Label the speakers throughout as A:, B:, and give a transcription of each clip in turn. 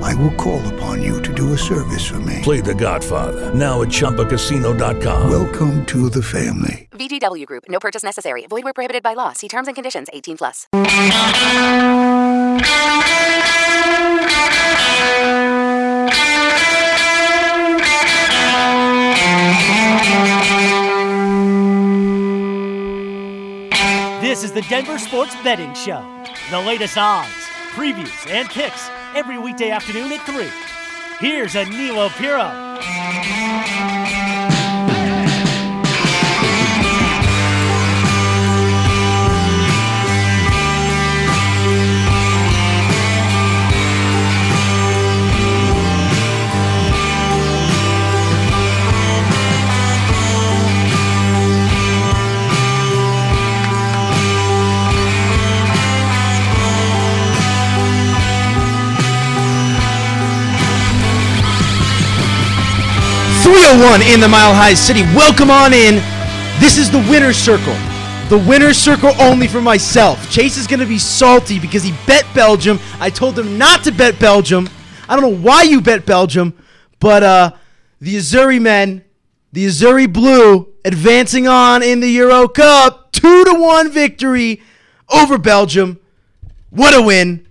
A: I will call upon you to do a service for me.
B: Play The Godfather now at ChumbaCasino.com.
A: Welcome to the family.
C: VGW Group. No purchase necessary. Void where prohibited by law. See terms and conditions. 18 plus.
D: This is the Denver Sports Betting Show. The latest odds, previews, and picks every weekday afternoon at 3. Here's Anilo Piro.
E: oh one in the Mile High City. Welcome on in. This is the winner's circle. The winner's circle only for myself. Chase is going to be salty because he bet Belgium. I told him not to bet Belgium. I don't know why you bet Belgium, but uh, the Azuri men, the Azuri blue, advancing on in the Euro Cup. Two to one victory over Belgium. What a win.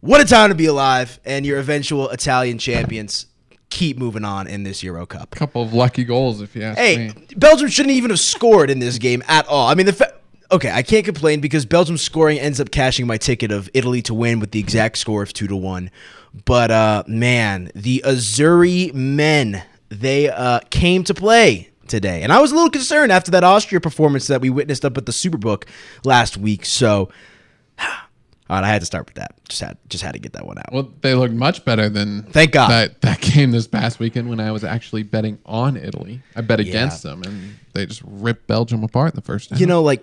E: What a time to be alive. And your eventual Italian champions keep moving on in this Euro Cup.
F: couple of lucky goals, if you ask
E: Hey,
F: me.
E: Belgium shouldn't even have scored in this game at all. I mean, the fa- okay, I can't complain because Belgium scoring ends up cashing my ticket of Italy to win with the exact score of two to one. But uh, man, the Azuri men they uh, came to play today, and I was a little concerned after that Austria performance that we witnessed up at the Superbook last week. So. All right, I had to start with that. Just had just had to get that one out.
F: Well, they looked much better than
E: Thank God.
F: that that game this past weekend when I was actually betting on Italy. I bet against them, and they just ripped Belgium apart in the first half.
E: you know, like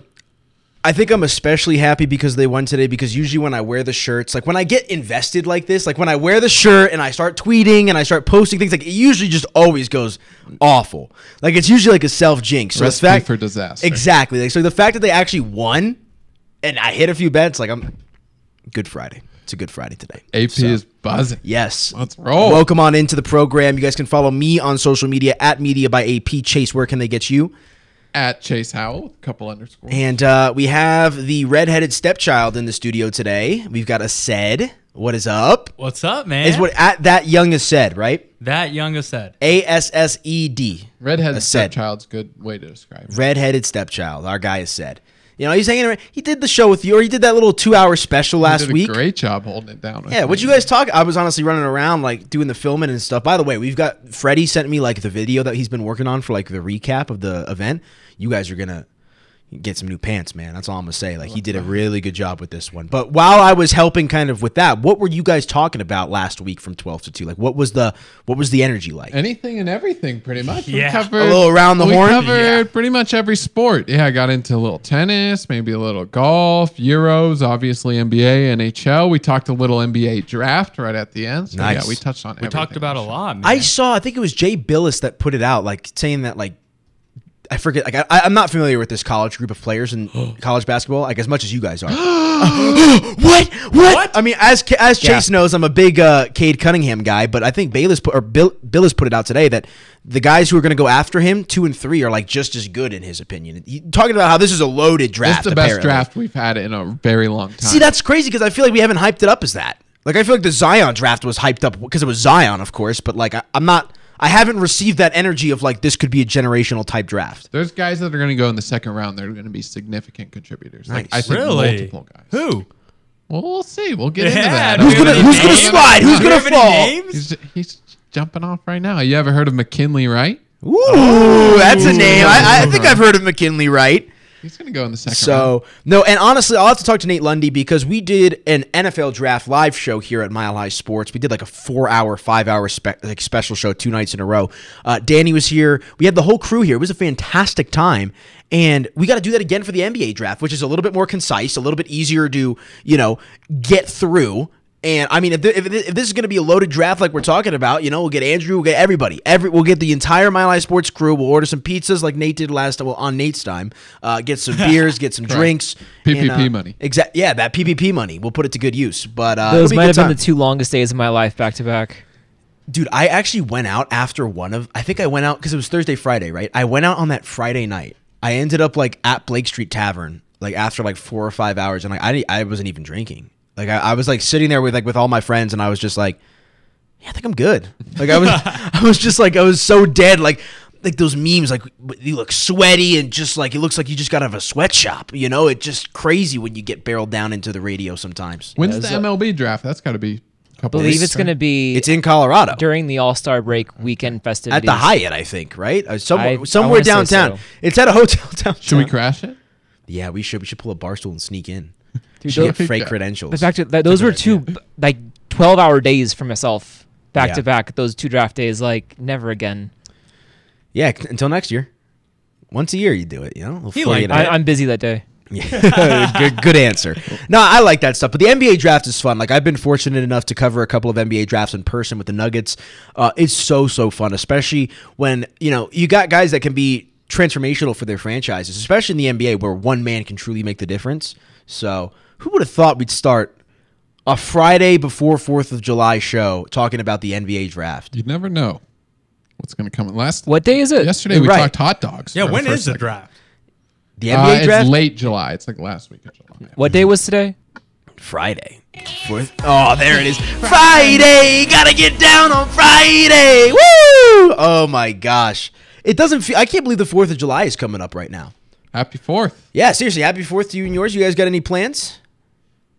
E: I think I'm especially happy because they won today because usually when I wear the shirts, like when I get invested like this, like when I wear the shirt and I start tweeting and I start posting things, like it usually just always goes awful. Like it's usually like a self jinx. So the
F: Recipe
E: fact
F: for disaster.
E: Exactly. Like so the fact that they actually won and I hit a few bets, like I'm good Friday. It's a good Friday today.
F: AP is buzzing.
E: Yes.
F: Let's roll.
E: Welcome on into the program. You guys can follow me on social media at media by AP Chase. Where can they get you?
F: At Chase Howell, a couple underscores.
E: And uh, we have the redheaded stepchild in the studio today. We've got a said. What is up?
G: What's up, man?
E: Is what at that young is said, right?
G: that younger said.
E: A S S E D.
F: Redheaded
E: said.
F: stepchild's a good way to describe it.
E: Redheaded stepchild. Our guy is said. You know, he's hanging around. He did the show with you, or he did that little two hour special
F: You
E: last
F: did a
E: week.
F: great job holding it down. with
E: Yeah,
F: me.
E: what you guys talk? I was honestly running around like doing the filming and stuff. By the way, we've got Freddie sent me like the video that he's been working on for like the recap of the event. You guys are gonna get some new pants, man. That's all I'm gonna say. Like he did a really good job with this one. But while I was helping, kind of with that, what were you guys talking about last week from 12 to 2? Like what was the what was the energy like?
F: Anything and everything, pretty much.
G: Yeah.
F: covered,
E: A little around the
F: we
E: horn?
F: covered pretty much every sport. Yeah, I got into a little tennis, maybe a little golf, Euros, obviously NBA, NHL. We talked a little NBA draft right at the end. So
E: Nice.
F: yeah, we touched on.
G: We talked about a lot, man.
E: I saw, I think it was Jay Billis that put it out, like saying that, like, I forget, like, I, I'm not familiar with this college group of players in college basketball, like, as much as you guys are. what? what? I mean, as Ca- as Chase knows, I'm a big uh, Cade Cunningham guy, but I think Bayless put, or Bill, Billis put it out today that the guys who are going to go after him, two and three, are like just as good in his opinion. He- talking about how this is a loaded draft.
F: It's the best
E: apparently.
F: draft we've had in a very long time.
E: See, that's crazy because I feel like we haven't hyped it up as that. Like I feel like the Zion draft was hyped up because it was Zion, of course, but like I, I'm not. I haven't received that energy of like this could be a generational type draft.
F: There's guys that are going to go in the second round. They're going to be significant contributors. Like I
E: Nice.
F: think
G: really.
F: multiple guys.
G: Who?
F: Well, we'll see. We'll get into
G: Yeah,
F: that.
G: do we
E: Who's
G: have
E: gonna
G: any
E: Who's gonna
G: names?
E: slide? Who's
G: Do we
E: gonna
G: have any
E: fall?
G: names?
F: He's, he's jumping off right now. You ever heard of McKinley? Right?
E: Ooh, that's a name. I, I think I've heard of McKinley Wright.
F: He's gonna go in the second. round.
E: So no, and honestly, I'll have to talk to Nate Lundy because we did an NFL draft live show here at Mile High Sports. We did like a four-hour, five-hour spe- like special show two nights in a row. Uh, Danny was here. We had the whole crew here. It was a fantastic time, and we got to do that again for the NBA draft, which is a little bit more concise, a little bit easier to you know get through. And I mean, if, th- if, th- if this is going to be a loaded draft like we're talking about, you know, we'll get Andrew, we'll get everybody, every we'll get the entire My Life Sports crew. We'll order some pizzas like Nate did last well on Nate's time. Uh, get some beers, get some drinks,
F: PPP
E: and, uh,
F: money.
E: Exact, yeah, that PPP money. We'll put it to good use. But uh, it'll
H: Those
E: be a
H: might
E: good
H: have been
E: time.
H: the two longest days of my life back to back.
E: Dude, I actually went out after one of. I think I went out because it was Thursday, Friday, right? I went out on that Friday night. I ended up like at Blake Street Tavern, like after like four or five hours, and like I didn't- I wasn't even drinking. Like I, I was like sitting there with like with all my friends, and I was just like, yeah, I think I'm good. Like I was I was just like I was so dead. Like like those memes, like you look sweaty and just like it looks like you just got out of a sweatshop. You know, it's just crazy when you get barreled down into the radio sometimes.
F: when's the MLB draft? That's got to be a couple.
H: I believe
F: weeks,
H: it's going to
F: right?
H: be
E: It's in Colorado.
H: during the All Star break weekend festivities.
E: at the Hyatt, I think, right? Uh, somewhere,
H: I-
E: somewhere
H: I wanna say
E: downtown.
H: so.
E: It's at a hotel downtown.
F: Should we crash it?
E: Yeah, we should. We should pull a bar stool and sneak in.
H: Dude,
E: Should
H: those,
E: get fake
F: Yeah.
E: credentials.
H: but back to that, those were two b- like twelve hour days for myself back
E: Yeah.
H: to back. Those two draft days, like never again.
E: yeah, c- until next year. Once a year, you do it. You know,
G: He
E: Before you
G: liked
E: know
H: I,
E: it.
H: I'm busy that day.
E: Uh, good, good answer. No, I like that stuff. But the NBA draft is fun. Like I've been fortunate enough to cover a couple of NBA drafts in person with the Nuggets. Uh, it's so so fun, especially when you know you got guys that can be transformational for their franchises, especially in the NBA where one man can truly make the difference. So who would have thought we'd start a Friday before Fourth of July show talking about the NBA draft?
F: You never know what's going to come. Last
H: What day is it?
F: yesterday we
E: Right.
F: talked hot dogs.
G: Yeah,
F: for
G: when
F: first
G: is the
F: second.
G: draft?
E: The
F: Uh,
E: NBA draft
F: It's late July. It's like last week of July.
H: What day was today?
E: Friday. Fourth. Oh, there it is. Friday. Gotta get down on Friday. Woo! Oh my gosh. It doesn't feel. I can't believe the Fourth of July is coming up right now.
F: Happy Fourth.
E: Yeah, seriously. Happy Fourth to you and yours. You guys got any plans?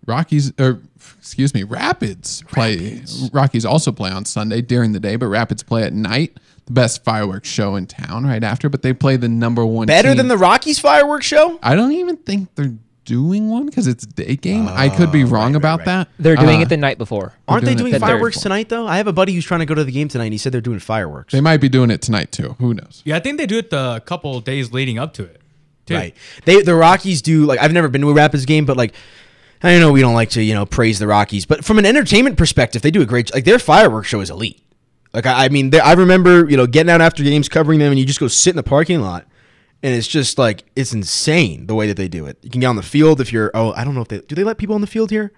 F: Rockies, or excuse me, Rapids play. Rockies also play on Sunday during the day, but Rapids play at night. The best fireworks show in town right after, but they play the number one.
E: Better
F: team.
E: than the Rockies fireworks show?
F: I don't even think they're doing one because it's a day game. I could
H: Oh,
F: be wrong about that.
H: They're doing
F: Uh,
H: it the night before.
E: Aren't they
F: doing it
E: doing
F: the third
E: fireworks
F: one.
E: tonight though? I have a buddy who's trying to go to the game tonight. and He said they're doing fireworks.
F: They might be doing it tonight too. Who knows?
G: Yeah, I think they do it the couple days leading up to it. Too.
E: Right. They the Rockies do like I've never been to a Rapids game, but like I know we don't like to you know praise the Rockies, but from an entertainment perspective, they do a great like their fireworks show is elite. Like I, I mean, they- I remember you know getting out after games, covering them, and you just go sit in the parking lot, and it's just like it's insane the way that they do it. You can get on the field if you're oh I don't know if they do they let people on the field here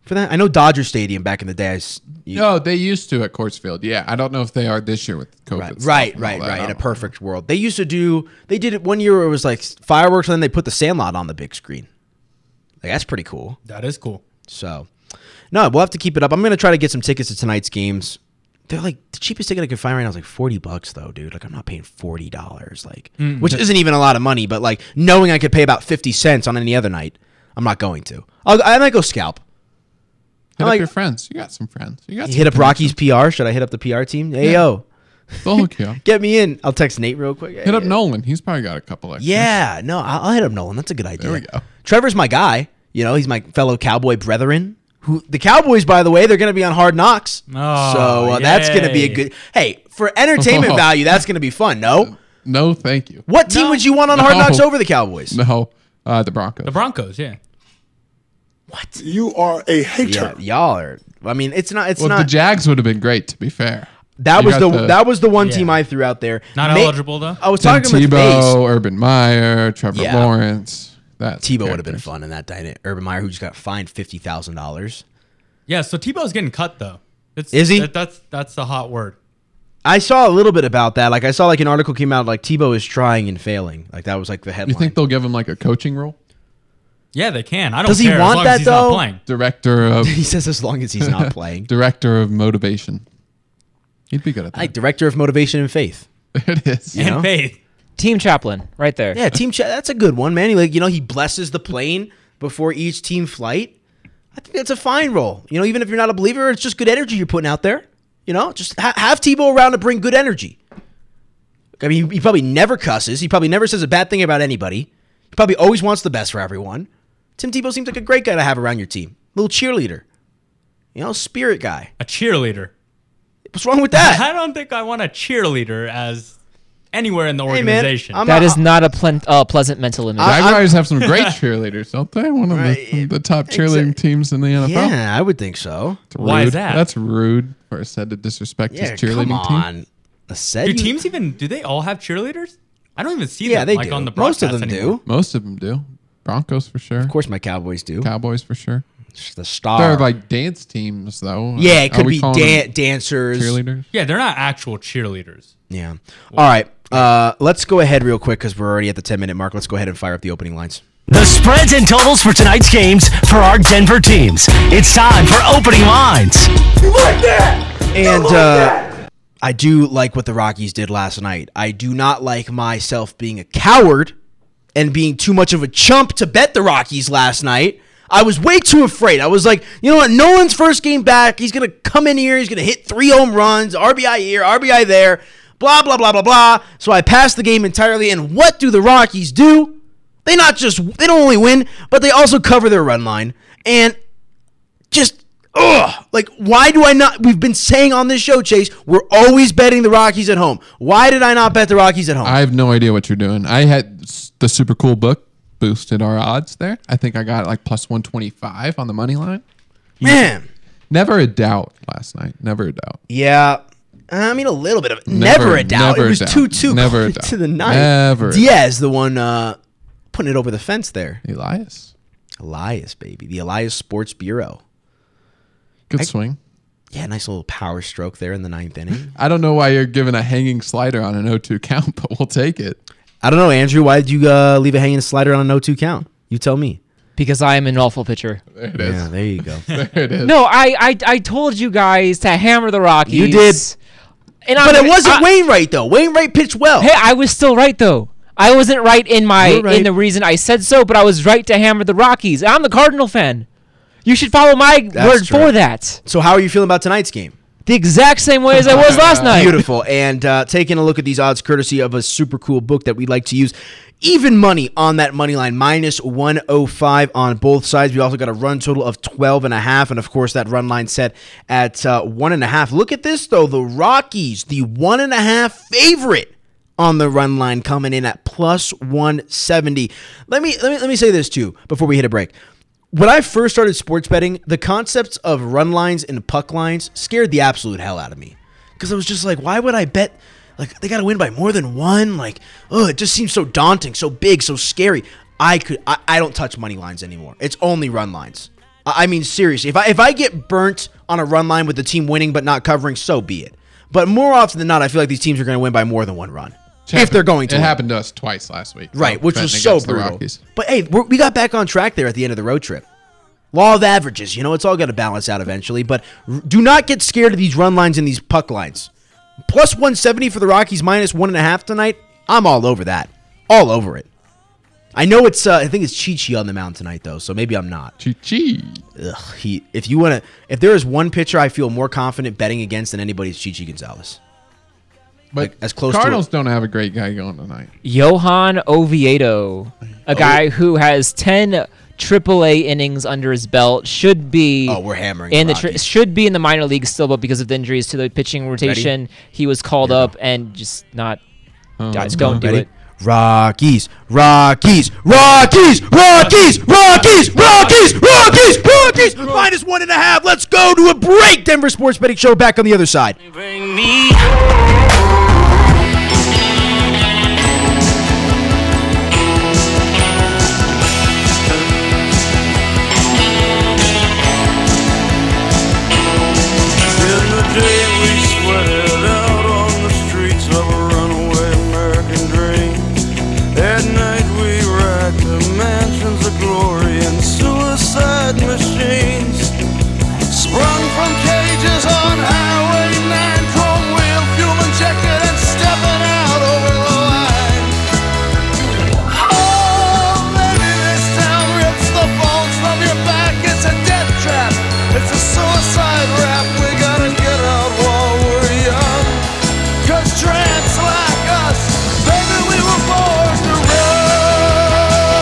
E: for that. I know Dodger Stadium back in the day. I s- you-
F: No, they used to at Coors Field. Yeah, I don't know if they are this year with
E: Right,
F: COVID. stuff
E: right,
F: and all
E: right,
F: that.
E: right. In
F: I
E: a
F: don't know.
E: perfect world, they used to do. They did it one year. Where it was like fireworks, and then they put the Sandlot on the big screen. Like that's pretty cool.
G: That is cool.
E: So, no, we'll have to keep it up. I'm gonna try to get some tickets to tonight's games. They're like the cheapest ticket I could find right now is like forty bucks though, dude. Like I'm not paying forty dollars, like
F: Mm-hmm.
E: which isn't even a lot of money, but like knowing I could pay about fifty cents on any other night, I'm not going to. I'll, I might go scalp.
F: Hit
E: Like-
F: up your friends. You got some friends. You got some
E: Hit up
F: friends.
E: Rocky's PR. Should I hit up the PR team? Hey yo,
F: They'll hook you up.
E: get me in. I'll text Nate real quick.
F: Hit up Nolan. He's probably got a couple extra.
E: Yeah, no, I- I'll hit up Nolan. That's a good idea.
F: we go.
E: Trevor's my guy. You know, he's my fellow cowboy brethren. Who the Cowboys, by the way, they're going to be on Hard Knocks.
G: Oh,
E: so uh, that's going to be a
G: yay.
E: good. Hey, for entertainment
F: Oh.
E: value, that's going to be fun. No,
F: No, thank you.
E: what team would you want on Hard
F: No.
E: Knocks over the Cowboys?
F: No, uh, the Broncos.
G: The Broncos, yeah.
I: You are a hater.
E: Yeah, y'all are. I mean, it's not. It's
F: well, the
E: not.
F: Jags would have been great. To be fair,
E: that
F: You
E: was
F: got
E: the, that was the one
G: Yeah.
E: team I threw out there.
G: Not
E: Ma-
G: eligible, though?
E: I was
F: Tim
E: talking with Mace.
F: Tebow, Urban Meyer, Trevor
E: Yeah.
F: Lawrence. That
E: Tebow would have been fun in that dynamic. Urban Meyer, who just got fined fifty thousand dollars.
G: Yeah, so Tebow's getting cut, though. It's,
E: Is he?
G: That, that's, that's the hot word.
E: I saw a little bit about that. Like I saw like an article came out like Tebow is trying and failing. Like that was like the headline.
F: You think they'll give him like a coaching role?
G: Yeah, they can. I don't
E: Does he
G: care as
E: want
G: long
E: that,
G: as he's not
E: though?
G: playing.
F: Director of
E: he says as long as he's not playing.
F: director of motivation. He'd be good at that.
E: like director of motivation and faith.
F: it is.
E: know?
G: And faith.
H: Team chaplain, right there.
E: Yeah, team chat. That's a good one, man. He, like you know, he blesses the plane before each team flight. I think that's a fine role. You know, even if you're not a believer, it's just good energy you're putting out there. You know, just ha- have Tebow around to bring good energy. I mean, he probably never cusses. He probably never says a bad thing about anybody. probably always wants the best for everyone. Tim Tebow seems like a great guy to have around your team. Little cheerleader. You know, spirit guy.
G: A cheerleader.
E: What's wrong with that?
G: I don't think I want a cheerleader as anywhere in the
E: man,
G: organization.
E: I'm
H: That
E: a-
H: is not a plen- uh, pleasant mental image.
E: I-
F: Jaguars have some great cheerleaders, don't they? One of the,
E: Right.
F: the top cheerleading teams in the NFL.
E: Yeah, I would think so.
F: It's
G: Why is
F: rude.
G: that?
F: That's rude for a said to disrespect
E: Yeah,
F: his cheerleading
E: come
F: team.
E: on. A said
G: do
E: you-
G: teams even do they all have cheerleaders? I don't even see
E: Yeah,
G: them
E: they
G: like
E: do.
G: on the
E: Most of
G: broadcast
E: them do.
G: anymore.
E: Of
F: Most of them do. Broncos for sure.
E: course, my Cowboys do.
F: Cowboys for sure.
E: It's the star.
F: They're like dance teams though.
E: Uh, yeah, it
F: Are
E: could
F: we
E: be
F: calling
E: dan-
F: them
E: dancers.
F: cheerleaders.
G: Yeah, they're not actual cheerleaders.
E: Yeah. All right. Uh, let's go ahead real quick because we're already at the 10 minute mark. Let's go ahead and fire up the opening lines.
D: The spreads and totals for tonight's games for our Denver teams. It's time for opening lines.
E: And uh, I do like what the Rockies did last night. I do not like myself being a coward and being too much of a chump to bet the Rockies last night. I was way too afraid. I was like, you know what? Nolan's first game back. He's going to come in here. He's going to hit three home runs, RBI here, RBI there, blah, blah, blah, blah, blah. So I passed the game entirely. And what do the Rockies do? They not just, they don't only win, but they also cover their run line. And just ugh. Like, why do I not? We've been saying on this show, Chase, we're always betting the Rockies at home. Why did I not bet the Rockies at home?
F: I have no idea what you're doing. I had s- the super cool book boosted our odds there. I think I got like plus 125 on the money line.
E: Man,
F: Never a doubt last night. Never a doubt.
E: yeah. I mean, a little bit of never, a doubt.
F: never
E: it
F: a
E: was
F: doubt.
E: two two
F: Never a
E: going
F: doubt.
E: to the ninth.
F: Never a
E: Diaz, the one uh, putting it over the fence there.
F: Elias.
E: Elias, baby, the Elias Sports Bureau.
F: Good swing.
E: Yeah, nice little power stroke there in the ninth inning.
F: I don't know why you're giving a hanging slider on an 0-2 count, but we'll take it.
E: I don't know, Andrew. Why did you uh, leave a hanging slider on a no two count? You tell me.
H: because I am an awful pitcher.
F: There it is.
E: Yeah, there you go.
F: There it is.
H: No, I, I I told you guys to hammer the Rockies.
E: You did.
H: And
E: but
H: I'm-
E: it wasn't
F: Ah.
H: I-
E: Wainwright though. Wainwright pitched well.
H: Hey, I was still right though. I wasn't right in my
E: You were right.
H: in the reason I said so, but I was right to hammer the Rockies. I'm the Cardinal fan. You should follow my word
E: true.
H: for that.
E: So, how are you feeling about tonight's game?
H: The exact same way as I was last night.
E: Beautiful. And uh, taking a look at these odds courtesy of a super cool book that we like to use. Even money on that money line, minus 105 on both sides. We also got a run total of 12 and a half. And of course, that run line set at uh, one and a half. Look at this, though. The Rockies, the one and a half favorite on the run line coming in at plus 170. Let me let me let me say this too before we hit a break. When I first started sports betting, the concepts of run lines and puck lines scared the absolute hell out of me because I was just like, why would I bet? Like they got to win by more than one. Like, oh, it just seems so daunting, so big, so scary. I could, I, I don't touch money lines anymore. It's only run lines. I, I mean, seriously, if I if I get burnt on a run line with the team winning but not covering, so be it. But more often than not, I feel like these teams are going to win by more than one run if they're going to.
F: It
E: win.
F: happened to us twice last week.
E: Right, which was
F: Betting
E: so
F: against the
E: brutal.
F: Rockies.
E: But hey, we're, we got back on track there at the end of the road trip. Law of averages, you know, it's all going to balance out eventually. But r- do not get scared of these run lines and these puck lines. Plus 170 for the Rockies, minus one and a half tonight. I'm all over that. All over it. I know it's, uh, I think it's Chi Chi on the mound tonight, though, so maybe I'm not.
F: Chi-chi.
E: Ugh, he, if you want to, if there is one pitcher I feel more confident betting against than anybody, it's Chi Chi Gonzalez.
F: But
E: Like, as close to
F: Cardinals don't have a great guy going tonight.
H: Johan Oviedo, a
E: Oh.
H: guy who has 10 AAA innings under his belt, should be
E: Oh, we're hammering
H: in
E: the
H: the tri-
E: Rockies.
H: should be in the minor leagues still, but because of the injuries to the pitching rotation, he was called up and just not. guys, go and do
E: Oh, Ready?
H: it.
E: Rockies, Rockies, Rockies, Rockies, Rockies, Rockies, Rockies, Rockies, minus one and a half. Let's go to a break. Denver Sports Betting Show back on the other side.
J: In the day we sweated out on the streets of a runaway American dream. At night we racked the mansions of glory and suicide machines. Sprung from cages on Highway 9, chrome wheel, fuel injected and stepping out over the line. Oh, baby, this town rips the bones from your back. It's a death trap. It's a suicide rap. We gotta get out while we're young. Cause tramps like us, baby, we were born to run.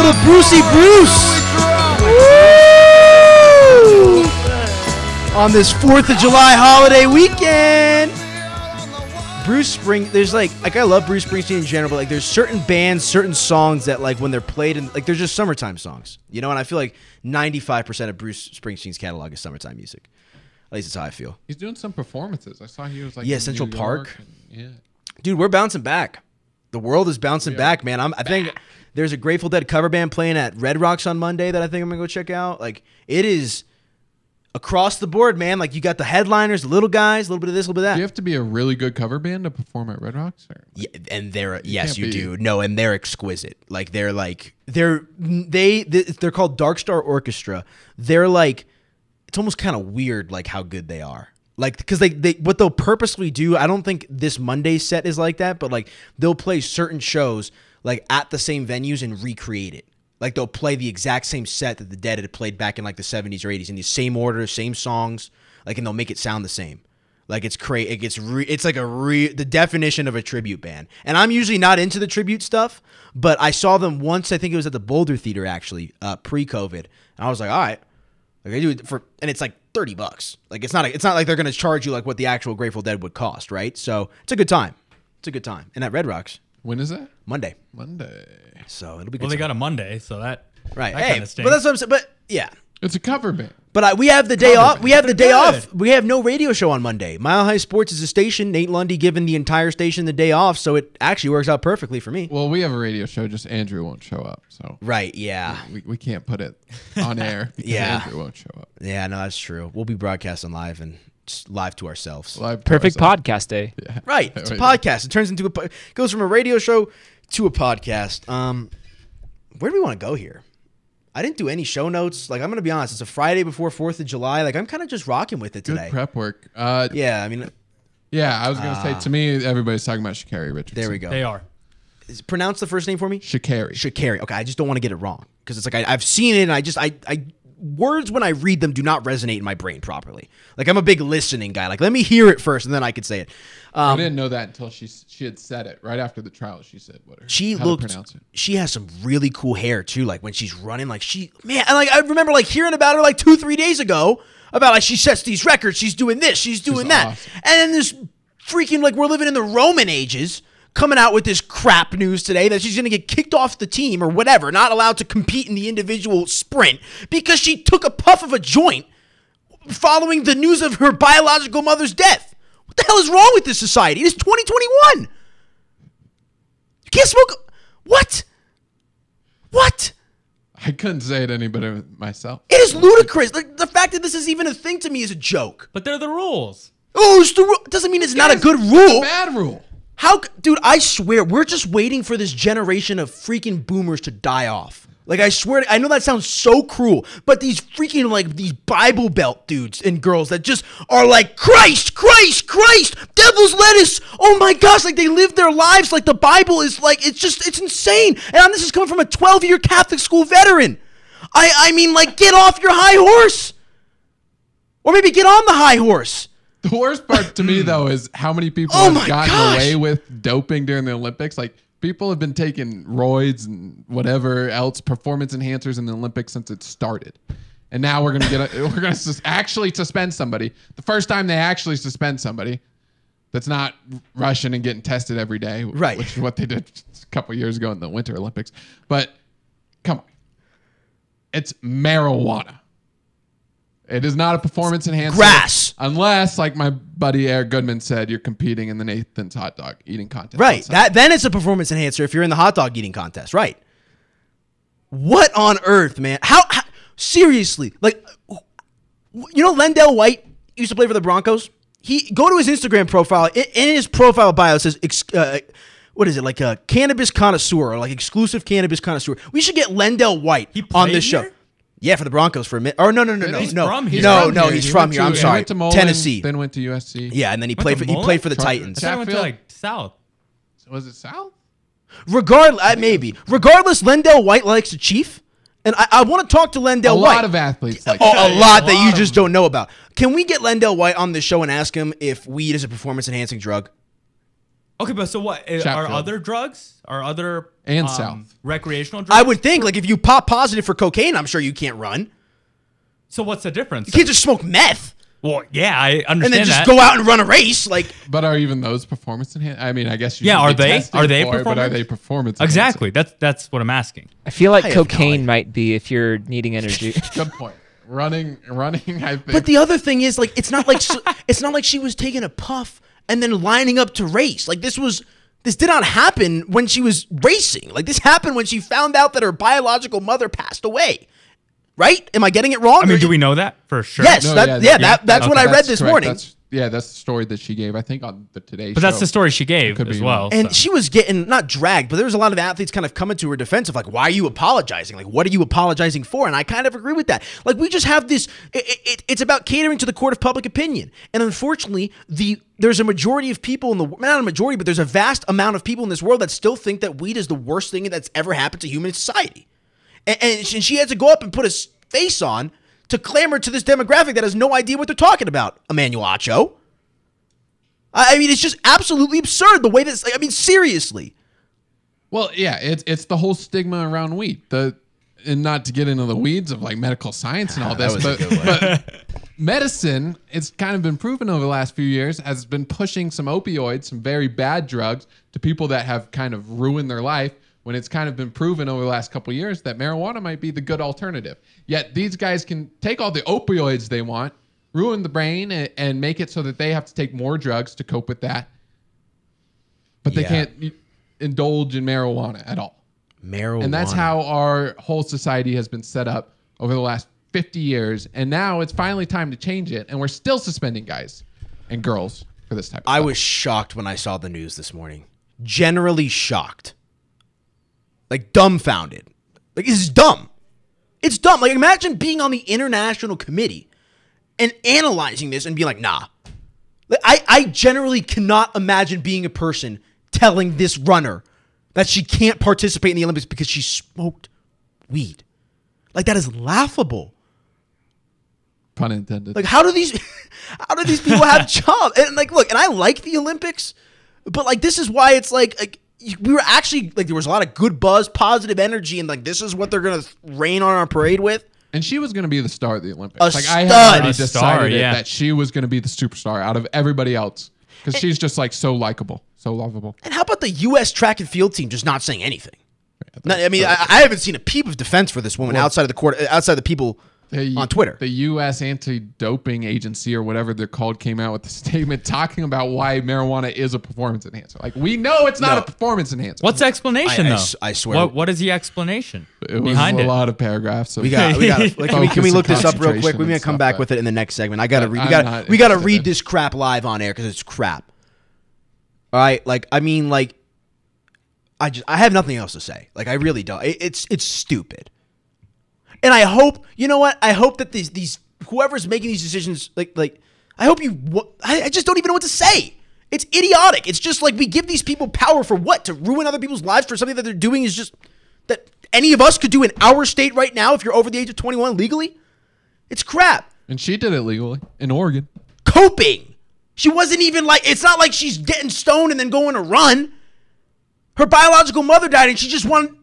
A: uh,
E: Brucey Bruce. Woo! On this 4th of July holiday weekend. Bruce Spring, there's like, like I love Bruce Springsteen in general, but like there's certain bands, certain songs that like when they're played and like they're just summertime songs, you know. And I feel like 95% of Bruce Springsteen's catalog is summertime music. At least that's how I feel.
F: He's doing some performances. I saw he was like
E: Yeah,
F: in
E: Central
F: New
E: Park.
F: York and- yeah.
E: dude, we're bouncing back. The world is bouncing back, man. I'm, I think there's a Grateful Dead cover band playing at Red Rocks on Monday that I think I'm gonna go check out. Like it is across the board, man. Like you got the headliners, the little guys, a little bit of this, a little bit of
F: Do
E: that.
F: you have to be a really good cover band to perform at Red Rocks? Or?
E: Yeah, and they're yes,
F: can't
E: you
F: be-
E: do. No, and they're exquisite. Like they're like they're they th- they're called Dark Star Orchestra. They're like it's almost kind of weird like how good they are. Like because they they what they'll purposely do. I don't think this Monday set is like that, but like they'll play certain shows like at the same venues and recreate it. Like they'll play the exact same set that the Dead had played back in like the '70s or '80s in the same order, same songs. Like and they'll make it sound the same. Like it's crazy. It gets re- it's like a re- the definition of a tribute band. And I'm usually not into the tribute stuff, but I saw them once. I think it was at the Boulder Theater actually, uh, pre-COVID. And I was like, all right, like I do it for, and it's like thirty bucks. Like it's not a, it's not like they're gonna charge you like what the actual Grateful Dead would cost, right? So it's a good time. It's a good time. And at Red Rocks
F: When is that?
E: Monday,
F: Monday.
E: so it'll be good.
G: Well, they
E: time.
G: got a Monday, so that
E: right.
G: That
E: hey,
G: kinda stinks.
E: but that's what I'm saying. But yeah.
F: It's a cover band.
E: But I, we have the day off. We have the day
G: good.
E: off. We have no radio show on Monday. Mile High Sports is a station. Nate Lundy given the entire station the day off, so it actually works out perfectly for me.
F: Well, we have a radio show. Just Andrew won't show up, so
E: right? Yeah.
F: we, we can't put it on air. Because
E: Yeah.
F: Andrew won't show up.
E: Yeah. No, that's true. We'll be broadcasting live and just live to ourselves.
F: Live to
H: Perfect
F: ourselves.
H: podcast day.
E: Right. It's a
F: Right.
E: podcast. It turns into a po- it goes from a radio show to a podcast. Um, where do we want to go here? I didn't do any show notes. Like I'm gonna be honest, it's a Friday before Fourth of July. Like I'm kind of just rocking with it
F: Good
E: today.
F: prep work. Uh, yeah.
E: Yeah. I mean,
F: I was gonna say to me, everybody's talking about Shakari Richardson.
E: there we go.
G: they are.
E: Is- Pronounce the first name for me.
F: Shakari.
E: Shakari. Okay, I just don't want to get it wrong because it's like I, I've seen it and I just I I words when I read them do not resonate in my brain properly. Like I'm a big listening guy. Like let me hear it first and then I could say it.
F: I
E: um,
F: didn't know that until she she had said it right after the trial. She said what her,
E: She
F: how to
E: looked.
F: pronounce it.
E: She has some really cool hair too. Like when she's running, like she man, and like I remember like hearing about her like two three days ago about like she sets these records. She's doing this. She's doing that.
F: awesome.
E: And then this freaking like we're living in the Roman ages. Coming out with this crap news today that she's going to get kicked off the team or whatever, not allowed to compete in the individual sprint because she took a puff of a joint following the news of her biological mother's death. What the hell is wrong with this society? It is 2021. You can't smoke. What? What?
F: I couldn't say it any better myself.
E: It is ludicrous. Like the fact that this is even a thing to me is a joke.
G: But they're the rules.
E: Oh, it's the rule. Doesn't mean it's not a good rule.
F: Bad rule.
E: How, c- dude? I swear, we're just waiting for this generation of freaking boomers to die off. Like I swear, I know that sounds so cruel, but these freaking like these Bible Belt dudes and girls that just are like Christ, Christ, Christ, devil's lettuce. Oh my gosh, like they live their lives like the Bible is like it's just it's insane. And this is coming from a 12 year Catholic school veteran. I I mean like get off your high horse, or maybe get on the high horse.
F: The worst part to me though is how many people
E: Oh my
F: have gotten
E: gosh.
F: away with doping during the Olympics. Like people have been taking roids and whatever else performance enhancers in the Olympics since it started. And now we're gonna get a, we're gonna sus- actually suspend somebody. The first time they actually suspend somebody that's not rushing and getting tested every day, w-
E: Right.
F: Which is what they did a couple years ago in the Winter Olympics. But come on, it's marijuana. It is not a performance enhancer.
E: Grass.
F: Unless, like my buddy Eric Goodman said, you're competing in the Nathan's hot dog eating contest.
E: Right.
F: outside.
E: That then it's a performance enhancer if you're in the hot dog eating contest. Right. What on earth, man? How, how seriously? Like, you know, Lendell White used to play for the Broncos. He go to his Instagram profile. i in his profile bio it says, ex- uh, "What is it like a cannabis connoisseur or like exclusive cannabis connoisseur?" We should get Lendell White on
G: played
E: this show.
G: here?
E: Yeah, for the Broncos for a minute. Or no, no, no, no,
G: He's
E: no,
G: from here.
E: no,
G: He's from
E: no.
G: here.
E: He's
F: He
E: from
F: went
E: here.
F: to-
E: I'm
F: he
E: sorry,
F: went to Mullen,
E: Tennessee.
F: Then went to USC.
E: yeah, and then he
G: Went
E: played
G: to
E: for he
G: Mullen?
E: played for the Titans.
G: I thought I went to
F: Chatfield?
G: like South.
F: Was it South?
E: Regardless, uh, maybe. Regardless, Lendell White likes the Chief, and I, I want to talk to Lendell
F: A
E: White.
F: lot of athletes. Like,
E: Oh, a
G: Yeah,
E: lot
G: a
E: that
G: lot
E: you
G: of
E: just
G: them.
E: don't know about. Can we get Lendell White on the show and ask him if weed is a performance enhancing drug?
G: Okay, but so what? Uh, Are
F: Chatfield.
G: other drugs? Are other um,
F: And South.
G: recreational drugs?
E: I would think like if you pop positive for cocaine, I'm sure you can't run.
G: So what's the difference?
E: You can't just smoke meth
G: well, yeah, I understand
E: and then just
G: that.
E: go out and run a race. Like
F: But are even those performance enhanced? I mean, I guess you
G: Yeah,
F: should
G: are
F: be
G: they-
F: tested
G: are they
F: for it, But are
G: performance?
F: they performance?
G: Exactly. That's that's what I'm asking.
H: I feel like
E: I have no
H: cocaine might be if you're needing energy.
F: enhancing? Good point. Running, running. I think.
E: But the other thing is, like, it's not like s it's not like she was taking a puff and then lining up to race. Like this was this did not happen when she was racing. Like this happened when she found out that her biological mother passed away. Right? Am I getting it wrong?
G: I mean,
E: Or
G: do
E: it-
G: we know that for sure?
E: Yes,
F: No,
E: that,
F: Oh,
E: yeah,
F: yeah, that-
E: that, that's what
G: okay.
E: I read
F: That's
E: this
F: correct.
E: morning.
F: That's, yeah, that's the story that she gave. I think on the Today
G: But that's
F: Show.
G: the story she gave
F: Could
G: as
F: be.
G: well.
E: And
G: so.
E: she was getting not dragged, but there was a lot of athletes kind of coming to her defense of like, why are you apologizing? Like, what are you apologizing for? And I kind of agree with that. Like, we just have this. It, it, it's about catering to the court of public opinion, and unfortunately, the there's a majority of people in the not a majority, but there's a vast amount of people in this world that still think that weed is the worst thing that's ever happened to human society, and, and she she had to go up and put a s- face on to clamor to this demographic that has no idea what they're talking about. Emmanuel Acho. I I mean, it's just absolutely absurd the way that's. Like, I mean, seriously.
F: Well, yeah, it's it's the whole stigma around weed. The and not to get into the weeds of like medical science and all this, but, but medicine, it's kind of been proven over the last few years, has been pushing some opioids, some very bad drugs, to people that have kind of ruined their life. When it's kind of been proven over the last couple years that marijuana might be the good alternative. Yet these guys can take all the opioids they want, ruin the brain, and, and make it so that they have to take more drugs to cope with that. But they
E: Yeah.
F: can't indulge in marijuana at all.
E: Marijuana.
F: And that's how our whole society has been set up over the last 50 years. And now it's finally time to change it. And we're still suspending guys and girls for this type of
E: I
F: stuff.
E: was shocked when I saw the news this morning. Generally shocked. Like dumbfounded. Like this is dumb. It's dumb. Like imagine being on the international committee and analyzing this and being like, nah. Like, I, I generally cannot imagine being a person telling this runner that she can't participate in the Olympics because she smoked weed. Like that is laughable.
F: pun intended.
E: Like, how do these, how do these people have jobs? And like, look, and I like the Olympics, but like, this is why it's like, like you- we were actually like, there was a lot of good buzz, positive energy, and like, this is what they're gonna rain on our parade with.
F: and she was going to be the star of the Olympics. like I had
E: stud.
F: already
G: A
F: decided
G: star,
F: it,
G: yeah.
F: that she was going to be the superstar out of everybody else
E: Eh.
F: because she's just like so likable, so lovable.
E: And how about the U.S. track and field team just not saying anything? No, I mean, I, I haven't seen a peep of defense for this woman outside of the court, uh, outside the people
F: The-
E: on Twitter.
F: the U.S. anti-doping agency or whatever they're called came out with a statement talking about why marijuana is a performance enhancer. Like we know it's not
E: No.
F: a performance enhancer.
G: What's the explanation
E: I- I
G: though?
E: s- I swear.
G: What what is the explanation
F: it was
G: behind
F: a
G: it?
F: lot of paragraphs. Of
E: we got, we got. Like, can we, can we
F: focus
E: look
F: and
E: this up real quick?
F: concentration
E: We're gonna
F: and
E: come
F: stuff,
E: back
F: but-
E: with it in the next segment. I gotta
F: But
E: read. We
F: I'm
E: gotta,
F: not
E: we gotta
F: interested
E: read
F: in-
E: this crap live on air because it's crap. All right, like I mean, like I just I have nothing else to say. Like I really don't. It, it's it's stupid. And I hope you know what I hope that these these whoever's making these decisions like like I hope you wa- I, I just don't even know what to say. It's idiotic. It's just like we give these people power for what to ruin other people's lives for something that they're doing is just that any of us could do in our state right now if you're over the age of 21 legally. It's crap.
F: And she did it legally in Oregon.
E: Coping. She wasn't even like it's not like she's getting stoned and then going to run. Her biological mother died and she just wanted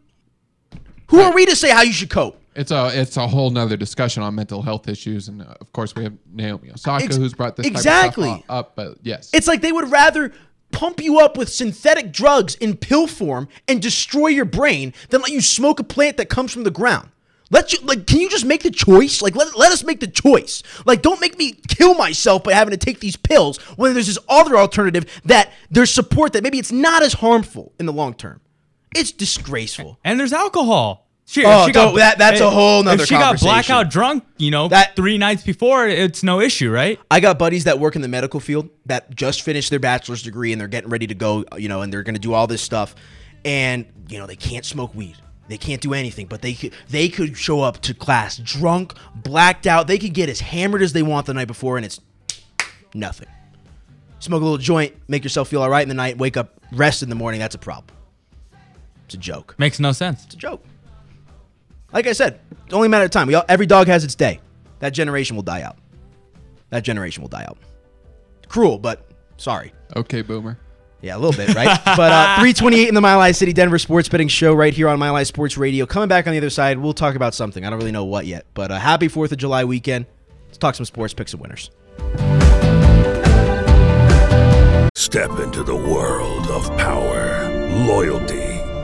E: Who are we to say how you should cope?
F: It's a it's a whole nother discussion on mental health issues, and uh, of course we have Naomi Osaka
E: Ex-
F: who's brought this
E: exactly.
F: type of stuff up. But yes,
E: It's like they would rather pump you up with synthetic drugs in pill form and destroy your brain than let you smoke a plant that comes from the ground. Let you like can you just make the choice? Like let, let us make the choice. Like don't make me kill myself by having to take these pills when there's this other alternative that there's support that maybe it's not as harmful in the long term. It's disgraceful.
G: And there's alcohol. She,
E: Oh,
G: if she got,
E: don't- that- that's a whole nother
G: If she got
E: conversation.
G: blackout drunk, you know,
E: That-
G: three nights before, it's no issue, right?
E: I got buddies that work in the medical field that just finished their bachelor's degree and they're getting ready to go, you know, and they're going to do all this stuff. And, you know, they can't smoke weed. They can't do anything, but they could, they could show up to class drunk, blacked out. They could get as hammered as they want the night before and it's nothing. Smoke a little joint, make yourself feel all right in the night, wake up, rest in the morning. That's a problem. It's a joke.
G: Makes no sense.
E: It's a joke. Like I said, it's only a matter of time. We all, every dog has its day. That generation will die out. That generation will die out. Cruel, but sorry.
F: okay, boomer.
E: Yeah, a little bit, right? but uh, 328 in the Mile High City Denver Sports Betting Show right here on Mile High Sports Radio. Coming back on the other side, we'll talk about something. I don't really know what yet, but uh, happy 4th of July weekend. Let's talk some sports, picks and winners.
B: Step into the world of power, loyalty,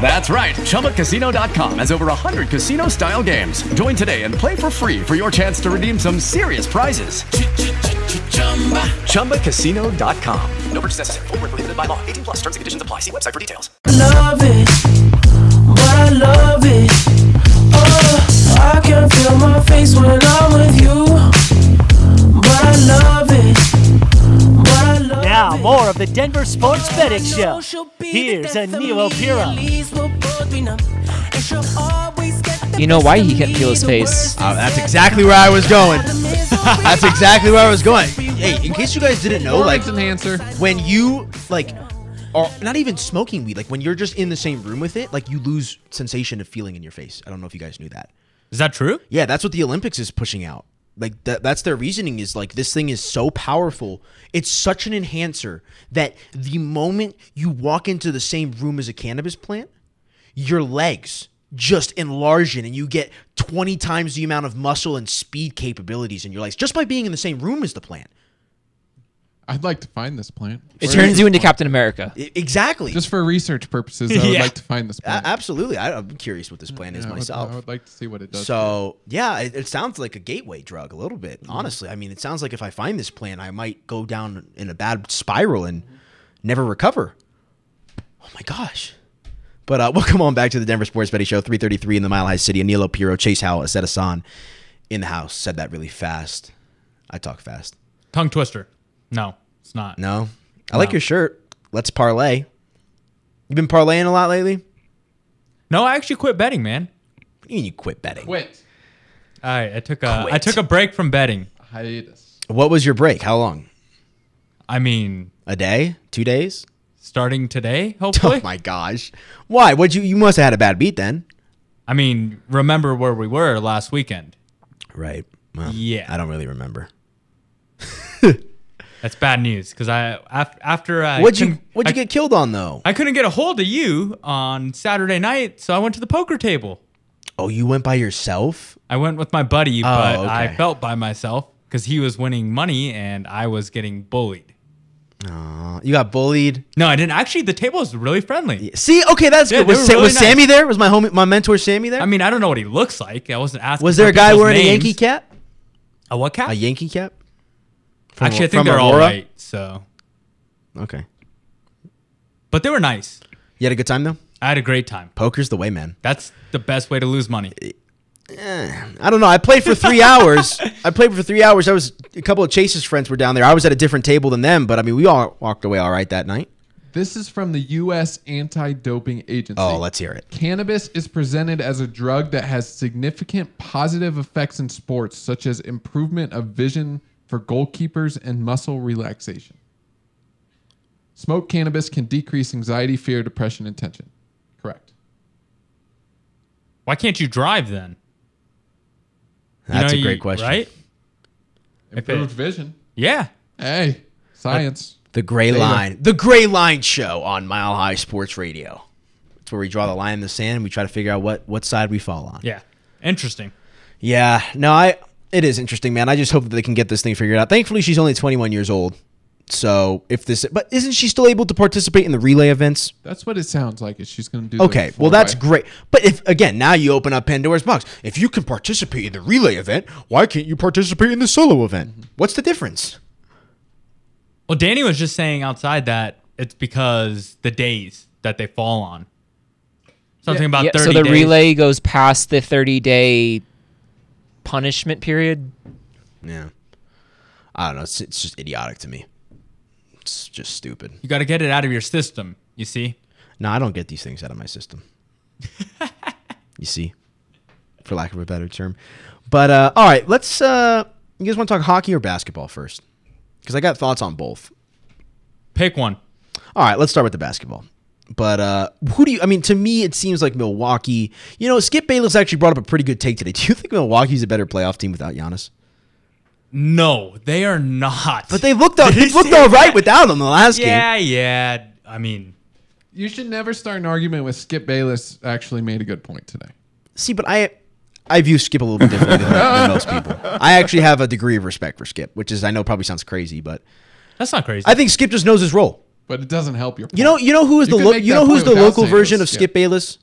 K: That's right, ChumbaCasino.com has over 100 casino style games. Join today and play for free for your chance to redeem some serious prizes. ChumbaCasino.com. No purchase necessary, forward prohibited by law, 18 plus terms and conditions apply. See website for details.
L: love it, but I love it. Oh, I can feel my face when I'm with you, but I love it.
D: Now, more of the Denver Sports Betting Show. Here's Anil Opiro.
H: You know why he can't feel his face?
E: Uh, that's exactly where I was going. that's exactly where I was going. Hey, in case you guys didn't know, like
F: Performance enhancer.
E: when you like are not even smoking weed, like when you're just in the same room with it, like you lose sensation of feeling in your face. I don't know if you guys knew that.
G: Is that true?
E: Yeah, that's what the Olympics is pushing out. Like that, that's their reasoning is like this thing is so powerful. It's such an enhancer that the moment you walk into the same room as a cannabis plant, your legs just enlarge in and you get 20 times the amount of muscle and speed capabilities in your legs just by being in the same room as the plant.
F: I'd like to find this plant.
H: It turns you into Captain America.
E: I- E-, exactly.
F: Just for research purposes, I would
G: Yeah.
F: like to find this
E: A-
F: plant.
E: absolutely. I, I'm curious what this plant is
F: Yeah, I would-
E: myself.
F: I would like to see what it does.
E: So yeah, it, it sounds like a gateway drug a little bit. Honestly, I mean, it sounds like if I find this plant, I might go down in a bad spiral and never recover. Oh my gosh! But uh, welcome on back to the Denver Sports Betty Show, three thirty three in the Mile High City. Anilo Piro, Chase Howell, Aseta San in the house. Said that really fast. I talk fast.
G: Tongue twister. No, it's not.
E: No, I like your shirt. Let's parlay. You've been parlaying a lot lately. What
G: No, I actually quit betting, man.
E: do you mean you quit betting?
F: Quit.
G: I, I took a I
E: Quit.
G: took a break from betting.
F: Hiatus.
E: What was your break? How long?
G: I mean,
E: A day? Two days?
G: starting today,
E: Oh
G: hopefully.
E: my gosh. Why? Would you you must have had a bad beat then.
G: I mean, remember where we were last weekend.
E: Right. Well,
G: Yeah.
E: I don't really remember.
G: That's bad news because I after after I
E: what'd you
G: couldn't-
E: what'd you
G: I-
E: get killed on though?
G: I couldn't get a hold of you on Saturday night, so I went to the poker table.
E: oh, you went by yourself?
G: I went with my buddy, but
E: Oh, okay.
G: I felt by myself because he was winning money and I was getting bullied.
E: Uh, you got bullied.
G: No, I didn't. Actually, the table was really friendly.
E: See, okay, that's
G: Yeah,
E: good.
G: they
E: Was,
G: were
E: Sa-
G: really
E: was
G: nice.
E: Sammy there? Was my homie my mentor Sammy there?
G: I mean, I don't know what he looks like. I wasn't asking.
E: was there
G: for
E: a guy
G: people's
E: wearing a
G: names.
E: Yankee cap?
G: A what cap?
E: A Yankee cap? From-
G: Actually, I
E: from
G: think they're all
E: Aurora?
G: right. So,
E: Okay.
G: but they were nice.
E: You had a good time though?
G: I had a great time.
E: Poker's the way, man.
G: That's the best way to lose money.
E: I don't know. I played for three hours. I played for three hours. I was a couple of Chase's friends were down there. I was at a different table than them, but I mean we all walked away all right that night.
F: This is from the U.S. Anti-Doping Agency.
E: Oh, let's hear it.
F: Cannabis is presented as a drug that has significant positive effects in sports, such as improvement of vision for goalkeepers and muscle relaxation. Smoke cannabis can decrease anxiety, fear, depression, and tension. Correct.
G: Why can't you drive then? You
E: That's
G: know,
E: a great
G: you-
E: question.
G: right?
F: Improved vision.
G: Yeah.
F: Hey, science.
E: The Gray Line. The Gray Line Show on Mile High Sports Radio. It's where we draw the line in the sand and we try to figure out what, what side we fall on.
G: Yeah. Interesting.
E: Yeah. No, I it is interesting, man. I just hope that they can get this thing figured out. Thankfully she's only twenty one years old. So if this but isn't she still able to participate in the relay events?
F: That's what it sounds like. Is she's going to do? the
E: Okay, well that's
F: four-way.
E: great. But if again, now you open up Pandora's box. If you can participate in the relay event, why can't you participate in the solo event? What's the difference?
G: Well, Well, Danny was just saying outside that it's because the days that they fall on. Something about
H: Yeah,
G: 30
H: so the
G: days.
H: relay goes past the 30 day punishment period.
E: Yeah. I don't know. It's, it's just idiotic to me. It's just stupid.
G: You got to get it out of your system, you see?
E: No, I don't get these things out of my system. you see, for lack of a better term. But uh, all right, let's. Uh, you guys want to talk hockey or basketball first? Because I got thoughts on both.
G: Pick one.
E: All right, let's start with the basketball. But uh, who do you? I mean, to me, it seems like Milwaukee. You know, Skip Bayless actually brought up a pretty good take today. Do you think Milwaukee's a better playoff team without Giannis?
G: No, they are not.
E: But they looked up. It looked all right without him the last
G: yeah,
E: game.
G: yeah. I mean,
F: You should never start an argument with Skip Bayless. Actually, made a good point today.
E: See, but I I view Skip a little bit differently than, than most people. I actually have a degree of respect for Skip, which is I know probably sounds crazy, but
G: that's not crazy.
E: I think Skip just knows his role.
F: But it doesn't help your.
E: You know, you know who is
F: You
E: the
F: could
E: lo-
F: make
E: you
F: that
E: know who's
F: point
E: the
F: without
E: local
F: saying
E: version
F: this,
E: of Skip Bayless?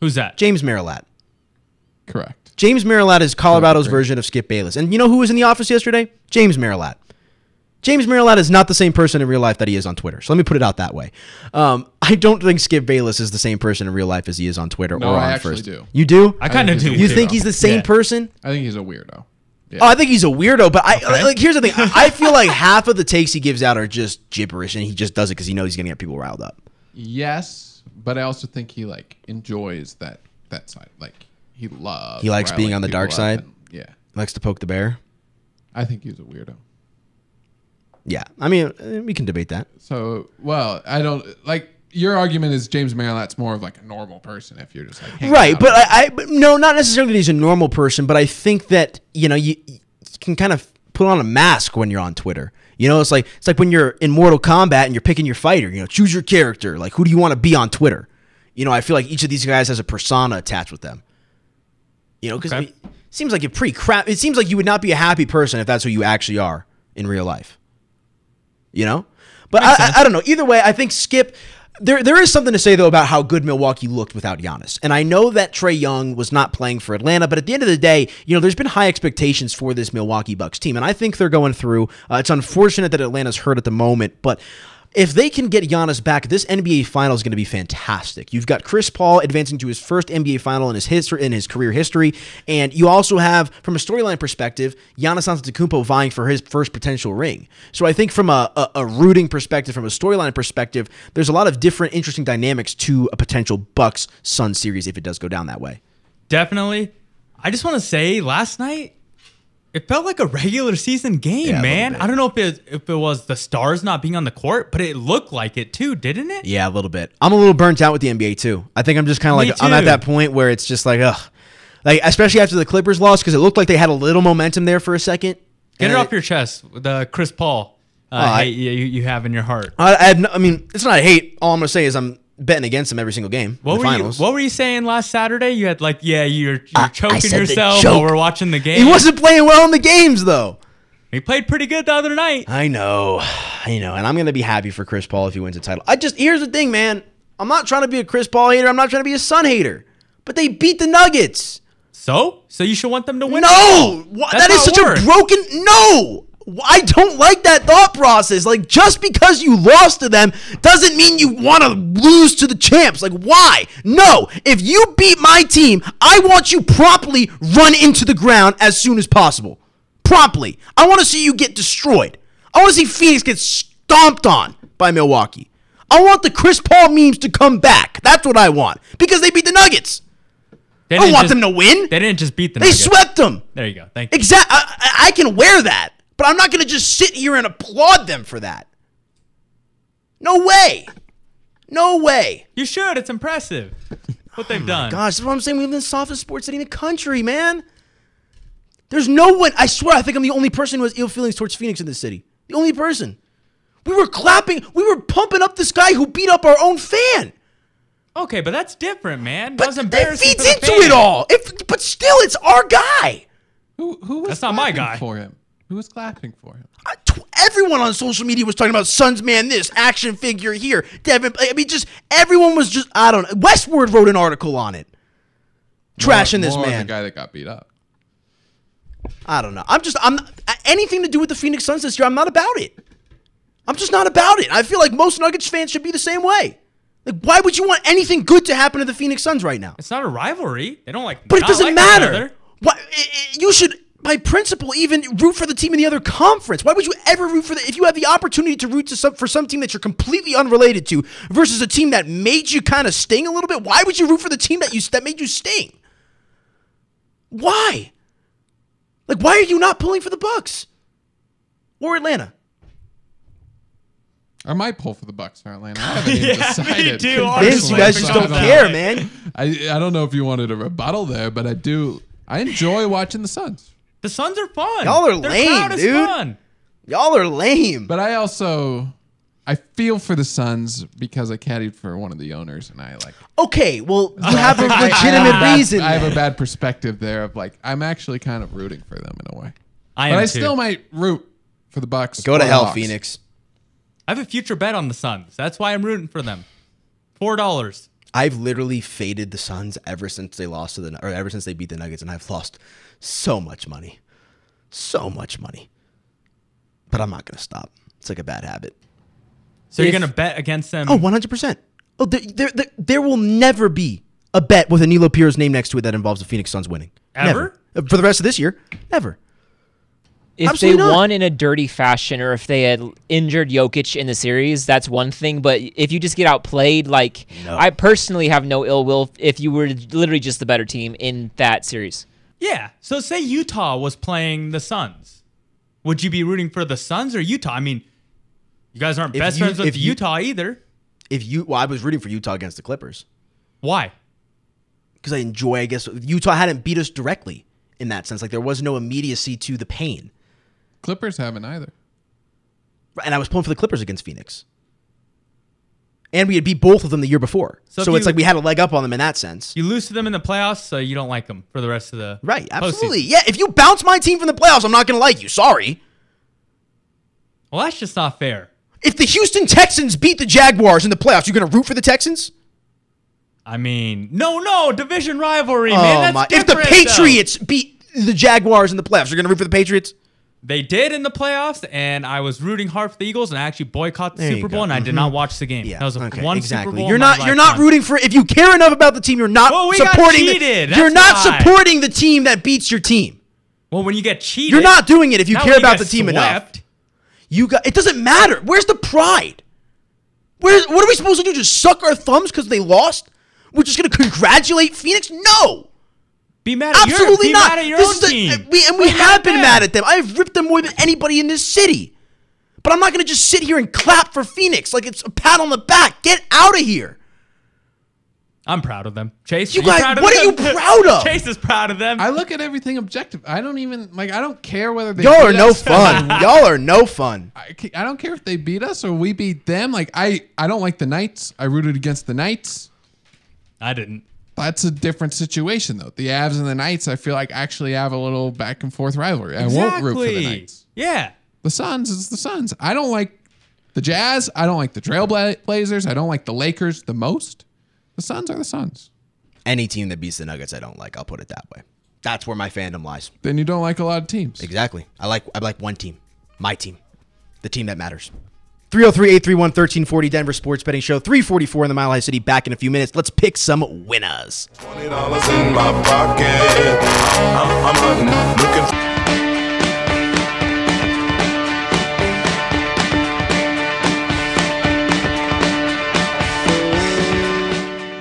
G: Who's that?
E: James Marilat.
F: Correct.
E: James Marilat is Colorado's version of Skip Bayless. And you know who was in the office yesterday? James Marilat. James Marilat is not the same person in real life that he is on Twitter. So let me put it out that way. Um, I don't think Skip Bayless is the same person in real life as he is on Twitter
F: No,
E: or on
F: I actually
E: first.
F: do.
E: You do?
F: I kinda
E: think
F: do,
E: he's a You
F: too.
E: think he's the same
F: Yeah.
E: person?
F: I think he's a weirdo. Yeah.
E: Oh, I think he's a weirdo, but I like. Here's the thing: I feel like half of the takes he gives out are just gibberish, and he just does it because he knows he's gonna get people riled up.
F: Yes, but I also think he like enjoys that that side. Like he loves.
E: He likes being
F: riling
E: on the
F: people
E: dark
F: up
E: side.
F: and- yeah,
E: likes to poke the bear.
F: I think he's a weirdo.
E: Yeah, I mean, uh, we can debate that.
F: So, well, I don't like your argument is James Marilat's more of like a normal person if you're just like hanging
E: right
F: out
E: but I, I but no not necessarily that he's a normal person but i think that you know you, you can kind of put on a mask when you're on twitter you know it's like it's like when you're in mortal kombat and you're picking your fighter you know choose your character like who do you want to be on twitter you know i feel like each of these guys has a persona attached with them you know because
G: Okay.
E: it seems like you're pretty crap it seems like you would not be a happy person if that's who you actually are in real life you know but I, I, I don't know either way i think skip there, there is something to say though about how good Milwaukee looked without Giannis, and I know that Trey Young was not playing for Atlanta, but at the end of the day, you know, there's been high expectations for this Milwaukee Bucks team, and I think they're going through. Uh, it's unfortunate that Atlanta's hurt at the moment, but if they can get Giannis back, this NBA final is going to be fantastic. You've got Chris Paul advancing to his first NBA final in his history in his career history, and you also have, from a storyline perspective, Giannis Antetokounmpo vying for his first potential ring. So I think from a, a, a rooting perspective, from a storyline perspective, there's a lot of different interesting dynamics to a potential Bucks Sun series if it does go down that way.
G: definitely. I just want to say last night, it felt like a regular season game,
E: Yeah, a little
G: man. I don't know if it, if it was the stars not being on the court, but it looked like it too, didn't it?
E: Yeah, a little bit. I'm a little burnt out with the NBA too. I think I'm just kind of
G: Me
E: like I'm at
G: too.
E: that point where it's just like ugh, like especially after the Clippers lost because it looked like they had a little momentum there for a second.
G: Get
E: and
G: it
E: I-
G: off your chest, the Chris Paul uh,
E: Oh, I-
G: hate you, you have in your heart.
E: I, I, have no, I mean, it's not hate. All I'm gonna say is I'm betting against them every single game.
G: What
E: in the
G: were
E: finals.
G: you? What were you saying last Saturday? You had like, yeah, you're, you're choking
E: said the
G: yourself
E: joke.
G: while we're watching the game.
E: He wasn't playing well in the games though.
G: He played pretty good the other night.
E: I know, I know, and I'm gonna be happy for Chris Paul if he wins a title. I just here's the thing, man. I'm not trying to be a Chris Paul hater. I'm not trying to be a Sun hater. But they beat the Nuggets.
G: So, so you should want them to win.
E: No, Wha-
G: That's
E: that is
G: how it
E: such
G: works.
E: a broken. No, I don't like that thought process. Like just because you lost to them doesn't mean you want to lose to the champs. Like why? No, if you beat my team, I want you promptly run into the ground as soon as possible. Promptly, I want to see you get destroyed. I want to see Phoenix get stomped on by Milwaukee. I want the Chris Paul memes to come back. That's what I want because they beat the Nuggets.
G: They
E: I don't
G: didn't
E: want
G: just-
E: them to win.
G: They didn't just beat them.
E: They swept them.
G: There you go. Thank you.
E: Exactly. I, I- I can wear that, but I'm not going to just sit here and applaud them for that. No way. No way.
G: You should. It's impressive what
E: Oh
G: they've done.
E: Gosh, that's what I'm saying. We live in the softest sports city in the country, man. There's no one. I swear, I think I'm the only person who has ill feelings towards Phoenix in this city. The only person. We were clapping. We were pumping up this guy who beat up our own fan.
G: Okay, but that's different, man. that was
E: That
G: embarrassing.
E: feeds
G: for the
E: into
G: fans.
E: it all. It, but still, it's our guy.
F: Who, who was
G: That's not my
F: clapping
G: guy.
F: for him? Who was clapping for him?
E: everyone on social media was talking about Suns man this action figure here Devin I mean just everyone was just I don't know Westward wrote an article on it trashing
F: More-
E: this
F: more on
E: man
F: The guy that got beat up.
E: I don't know I'm just I'm anything to do with the Phoenix Suns this year I'm not about it I'm just not about it. I feel like most Nuggets fans should be the same way. Like, why would you want anything good to happen to the Phoenix Suns right now?
G: It's not a rivalry. They don't like.
E: But it
G: not
E: doesn't
G: like each
E: matter.
G: other.
E: Why, i- i- you should, by principle, even root for the team in the other conference. Why would you ever root for the if you have the opportunity to root to some, for some team that you're completely unrelated to versus a team that made you kind of sting a little bit? Why would you root for the team that you that made you sting? Why? Like, why are you not pulling for the Bucks or Atlanta?
F: I might pull for the Bucks for Atlanta. I haven't even
E: Yeah, me
F: decided.
E: too, Vince, you guys just don't care, man.
F: I, I don't know if you wanted a rebuttal there, but I do. I enjoy watching the Suns.
G: The Suns are fun.
E: Y'all are They're lame, proud as dude. fun. Y'all are lame.
F: But I also, I feel for the Suns because I caddied for one of the owners, and I like.
E: Okay, well, you
F: I
E: have a
F: think I- I have
E: legitimate
F: a bad-
E: reason.
F: I have
E: then.
F: a bad perspective there of like I'm actually kind of rooting for them in a way.
G: I
F: but
G: am
F: I
G: too.
F: still might root for the Bucks.
E: Go to
F: or the
E: hell,
F: Hawks.
E: Phoenix.
G: I have a future bet on the Suns. That's why I'm rooting for them. Four dollars.
E: I've literally faded the Suns ever since they lost to the or ever since they beat the Nuggets, and I've lost so much money, so much money. But I'm not gonna stop. It's like a bad habit.
G: So you're
E: If-
G: gonna bet against them?
E: Oh, 100 percent. Oh, there, there, there, there will never be a bet with Anilo Pierce's name next to it that involves the Phoenix Suns winning.
H: Ever?
E: Never. Uh, for the rest of this year. Never.
H: If
E: Absolutely
H: they
E: not.
H: won in a dirty fashion or if they had injured Jokic in the series, that's one thing. But if you just get outplayed, like I personally have no ill will if you were literally just the better team in that series.
G: Yeah. So say Utah was playing the Suns. Would you be rooting for the Suns or Utah? I mean, you guys aren't
E: If
G: best
E: you-
G: friends with
E: if you-
G: Utah either.
E: If you, well, I was rooting for Utah against the Clippers
G: Why?
E: because I enjoy. I guess Utah hadn't beat us directly in that sense. Like there was no immediacy to the pain,
F: Clippers haven't either.
E: and I was pulling for the Clippers against Phoenix. And we had beat both of them the year before,
G: So
E: so,
G: if
E: it's
G: you-
E: like we had a leg up on them in that sense.
G: You lose to them in the playoffs, so you don't like them for the rest of the
E: Right, absolutely.
G: postseason.
E: Yeah, if you bounce my team from the playoffs, I'm not going to like you. Sorry.
G: Well, that's just not fair.
E: If the Houston Texans beat the Jaguars in the playoffs, you're going to root for the Texans?
G: I mean, no, no, division rivalry, man. That's
E: Oh, If the
G: different, though.
E: Patriots beat the Jaguars in the playoffs, you're going to root for the Patriots?
G: They did in the playoffs, and I was rooting hard for the Eagles, and I actually boycotted the
E: There you
G: Super
E: go.
G: Bowl, and I did
E: Mhm.
G: not watch the game. that was a
E: Okay,
G: one
E: exactly.
G: Super Bowl.
E: you're
G: in my
E: not you're not
G: lifetime.
E: rooting for if you care enough about the team, you're not
G: Well, we got
E: supporting the-
G: cheated,
E: You're
G: that's
E: not
G: why.
E: supporting the team that beats your team.
G: Well, when you get cheated,
E: You're not doing it if you
G: Not
E: care
G: when
E: about
G: get
E: the team
G: swept.
E: enough. You got it doesn't matter. Where's the pride? Where what are we supposed to do? Just suck our thumbs because they lost? We're just gonna congratulate Phoenix? No!
G: Be mad at your,
E: Absolutely
G: be
E: not.
G: Mad at your
E: This
G: own
E: is a- uh,
G: team.
E: we, and we have been mad at them. I have ripped them more than anybody in this city. But I'm not going to just sit here and clap for Phoenix like it's a pat on the back. Get out of here.
G: I'm proud of them. Chase,
E: You
G: are you
E: guys-
G: proud of
E: what are
G: them?
E: you proud of?
G: Chase is proud of them.
F: I look at everything objective. I don't even like. I don't care whether they.
E: Y'all are
F: beat
E: no
F: us or
E: fun.
F: we-
E: Y'all are no fun.
F: I ca- I don't care if they beat us or we beat them. Like I, I don't like the Knights. I rooted against the Knights.
G: I didn't.
F: That's a different situation though. The Avs and the Knights, I feel like actually have a little back and forth rivalry. I won't root for the
G: Exactly.
F: Knights.
G: Yeah.
F: The Suns is the Suns. I don't like the Jazz. I don't like the Trailblazers. I don't like the Lakers the most. The Suns are the Suns.
E: Any team that beats the Nuggets, I don't like. I'll put it that way. That's where my fandom lies.
F: Then you don't like a lot of teams.
E: Exactly. I like I like one team. My team. The team that matters. 303-831-1340 Denver Sports Betting Show 344 in the Mile High City back in a few minutes. Let's pick some winners.
A: dollars in my pocket. I'm, I'm hunting, looking.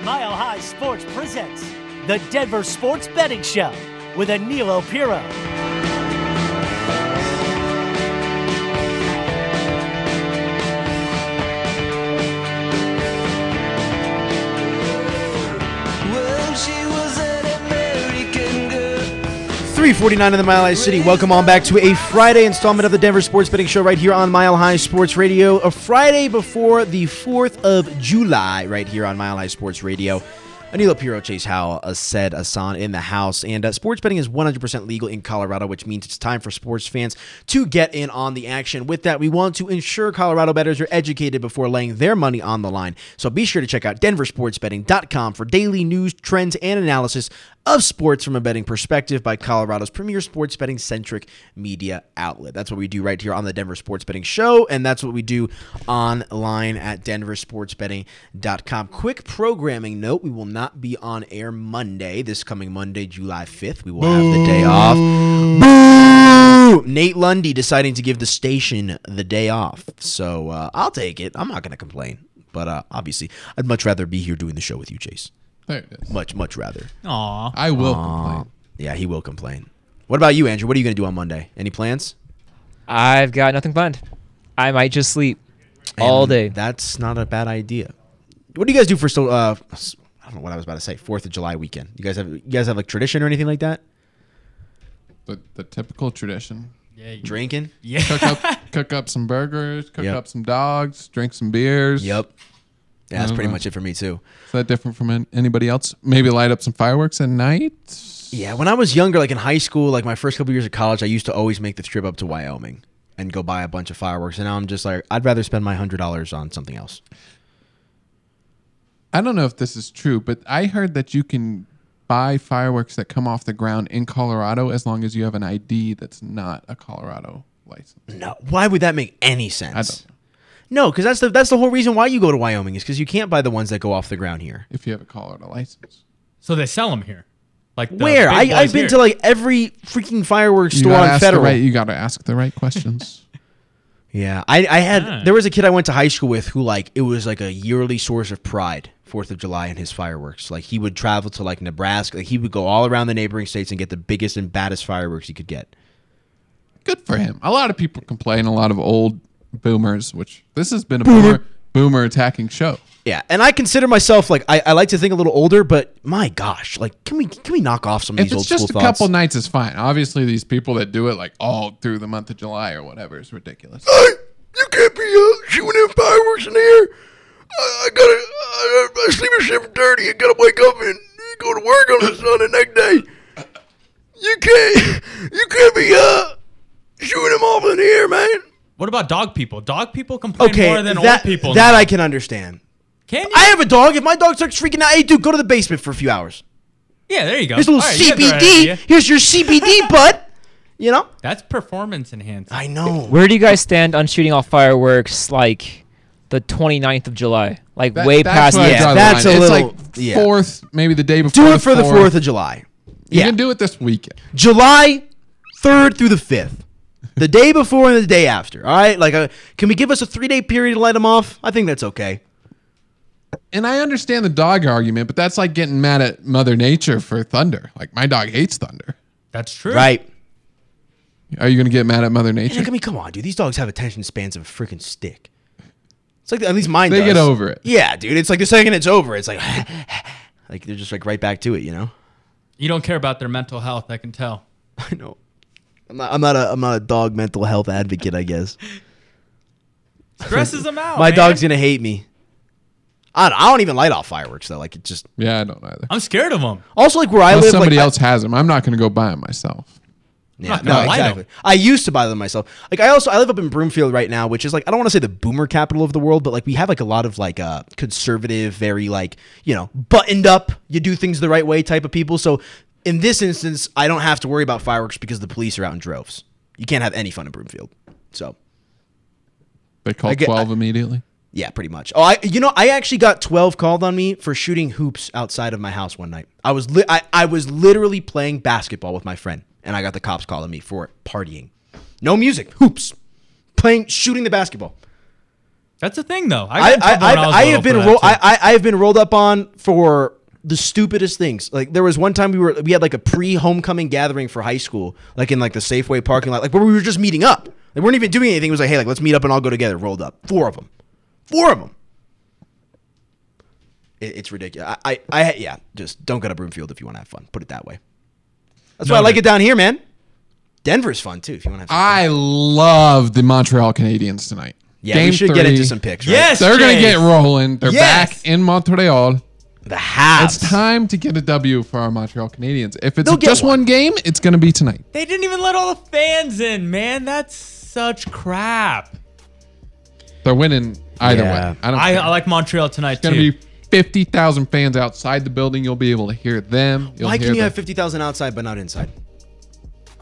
D: Mile High Sports presents the Denver Sports Betting Show with Anilo Piro.
M: Well, she was an American girl.
E: 349 in the Mile High City. Welcome on back to a Friday installment of the Denver Sports Betting Show right here on Mile High Sports Radio. A Friday before the 4th of July right here on Mile High Sports Radio. Anilo Piro, Chase Howell, uh, said Asan in the house. And uh, sports betting is 100% legal in Colorado, which means it's time for sports fans to get in on the action. With that, we want to ensure Colorado bettors are educated before laying their money on the line. So be sure to check out denversportsbetting.com for daily news, trends, and analysis of sports from a betting perspective by Colorado's premier sports betting centric media outlet. That's what we do right here on the Denver Sports Betting Show, and that's what we do online at denversportsbetting.com. Quick programming note we will not be on air Monday, this coming Monday, July 5th. We will have the day off. Boo! Nate Lundy deciding to give the station the day off. So uh, I'll take it. I'm not going to complain. But uh, obviously, I'd much rather be here doing the show with you, Chase.
F: There it is.
E: Much, much rather.
G: Aw.
F: I will
E: Aw.
F: complain.
E: Yeah, he will complain. What about you, Andrew? What are you going to do on Monday? Any plans?
H: I've got nothing planned. I might just sleep all
E: And
H: day.
E: That's not a bad idea. What do you guys do for so? Uh, s- I don't know what I was about to say. Fourth of July weekend. You guys have you guys have like tradition or anything like that?
F: The, the typical tradition.
G: Yeah, you-
E: Drinking.
G: Yeah.
F: Cook up, cook up some burgers, cook
E: Yep.
F: up some dogs, drink some beers.
E: Yep. Yeah, that's
F: I don't
E: pretty
F: know.
E: much it for me too.
F: Is that different from an- anybody else? Maybe light up some fireworks at night.
E: Yeah, when I was younger, like in high school, like my first couple years of college, I used to always make the trip up to Wyoming and go buy a bunch of fireworks. And now I'm just like, I'd rather spend my hundred dollars on something else.
F: I don't know if this is true, but I heard that you can buy fireworks that come off the ground in Colorado as long as you have an ID that's not a Colorado license.
E: No, why would that make any
F: I
E: sense?
F: don't.
E: No, because that's the that's the whole reason why you go to Wyoming is because you can't buy the ones that go off the ground here.
F: If you have a Colorado license,
G: So they sell them here. Like the
E: Where
G: big
E: I,
G: boys
E: I've been
G: here.
E: to like every freaking fireworks
F: you
E: store
F: gotta
E: on
F: ask
E: Federal.
F: The right, you got to ask the right questions.
E: Yeah, I, I had
G: Ah.
E: there was a kid I went to high school with who like it was like a yearly source of pride Fourth of July and his fireworks. Like he would travel to like Nebraska, like he would go all around the neighboring states and get the biggest and baddest fireworks he could get.
F: Good for him. A lot of people complain. A lot of old boomers, which this has been a boomer boomer attacking show.
E: Yeah, and I consider myself like I, I like to think a little older, but my gosh, like can we can we knock off some of
F: If
E: these
F: it's
E: old
F: just a
E: school thoughts?
F: couple nights, it's fine. Obviously, these people that do it like all through the month of July or whatever is ridiculous.
B: You can't be uh, shooting in fireworks in the air. I, I gotta, I, I sleep a shift dirty. I gotta wake up and go to work on the sun the next day. You can't, you can't be uh, shooting them off in the air, man.
G: What about dog people? Dog people complain
E: okay,
G: more than
E: that,
G: old people.
E: that
G: now.
E: I can understand.
G: can. You?
E: I have a dog. If my dog starts freaking out, hey dude, go to the basement for a few hours.
G: yeah, there you go.
E: Here's a little
G: All right, you got the right
E: CBD.
G: idea.
E: Here's your CBD, bud. You know.
G: That's performance enhanced.
E: I know.
H: Where do you guys stand on shooting off fireworks like the 29th of July? Like
F: That-
H: way
F: that's
H: past
F: where I
H: yeah.
F: draw the
E: that's
F: line.
E: a
F: It's
E: little-
F: like
E: yeah.
F: fourth, maybe the day before.
E: Do it for the Fourth of July.
F: You
E: Yeah,
F: can do it this weekend.
E: July third through the fifth, the day before and the day after. All right, like, uh, can we give us a three day period to light them off? I think that's okay.
F: And I understand the dog argument, but that's like getting mad at Mother Nature for thunder. Like my dog hates thunder.
G: That's true.
E: Right?
F: Are you gonna get mad at Mother
E: And
F: Nature?
E: like, I mean, come on, dude. These dogs have attention spans of a freaking stick. It's like at least mine.
F: They
E: does.
F: get over it.
E: Yeah, dude. It's like the second it's over, it's like, like they're just like right back to it. You know.
G: You don't care about their mental health. I can tell.
E: I know. I'm not. I'm not a. I'm not a dog mental health advocate. I guess.
G: Stresses them out.
E: My
G: Oh, man.
E: dog's gonna hate me. I don't, I don't even light off fireworks though. Like it just
F: Yeah, I don't either.
G: I'm scared of them.
E: also like where I
F: Unless
E: live.
F: somebody
E: like, I-
F: else has them. I'm not gonna go buy them myself.
E: Yeah,
G: not
E: no,
G: gonna light 'em.
E: exactly. I used to buy them myself. Like I also I live up in Broomfield right now, which is like I don't want to say the boomer capital of the world, but like we have like a lot of like uh conservative, very like, you know, buttoned up, you do things the right way type of people. So in this instance, I don't have to worry about fireworks because the police are out in droves. You can't have any fun in Broomfield. So
F: They call
E: I get-
F: twelve immediately.
E: yeah, pretty much. Oh, I you know I actually got twelve called on me for shooting hoops outside of my house one night. I was li- I, I was literally playing basketball with my friend, and I got the cops calling me for partying. No music, hoops, playing shooting the basketball.
G: That's the thing, though. I,
E: I
G: got in
E: I,
G: trouble when
E: I,
G: was
E: I
G: little
E: have been
G: for that,
E: ro-
G: too.
E: I, I I have been rolled up on for the stupidest things. Like there was one time we were we had like a pre homecoming gathering for high school, like in like the Safeway parking lot, like where we were just meeting up. They weren't even doing anything. It was like, hey, like let's meet up and all go together. Rolled up, four of them, four of them. It, it's ridiculous. I, I I yeah, just don't go to Broomfield if you want to have fun. Put it that way. That's why I
G: No,
E: like
G: no.
E: it down here, man. Denver's fun too if you want to have. Some fun.
F: I love the Montreal Canadiens tonight.
E: Yeah, we should get into some picks. Right?
G: Yes,
F: They're gonna
G: Jay.
F: get rolling. They're
E: Yes.
F: back in Montreal.
E: The halves.
F: It's time to get a W for our Montreal Canadiens. If it's
G: They'll get
F: just one. game, it's going to be tonight.
G: They didn't even let all the fans in, man. That's such crap.
F: They're winning either
G: Yeah.
F: way. I don't.
G: I-
F: care.
G: I like Montreal tonight,
F: It's going
G: too.
F: to be fifty thousand fans outside the building. You'll be able to hear them. You'll
E: Why
F: hear
E: can you
F: the-
E: have 50,000 outside but not inside?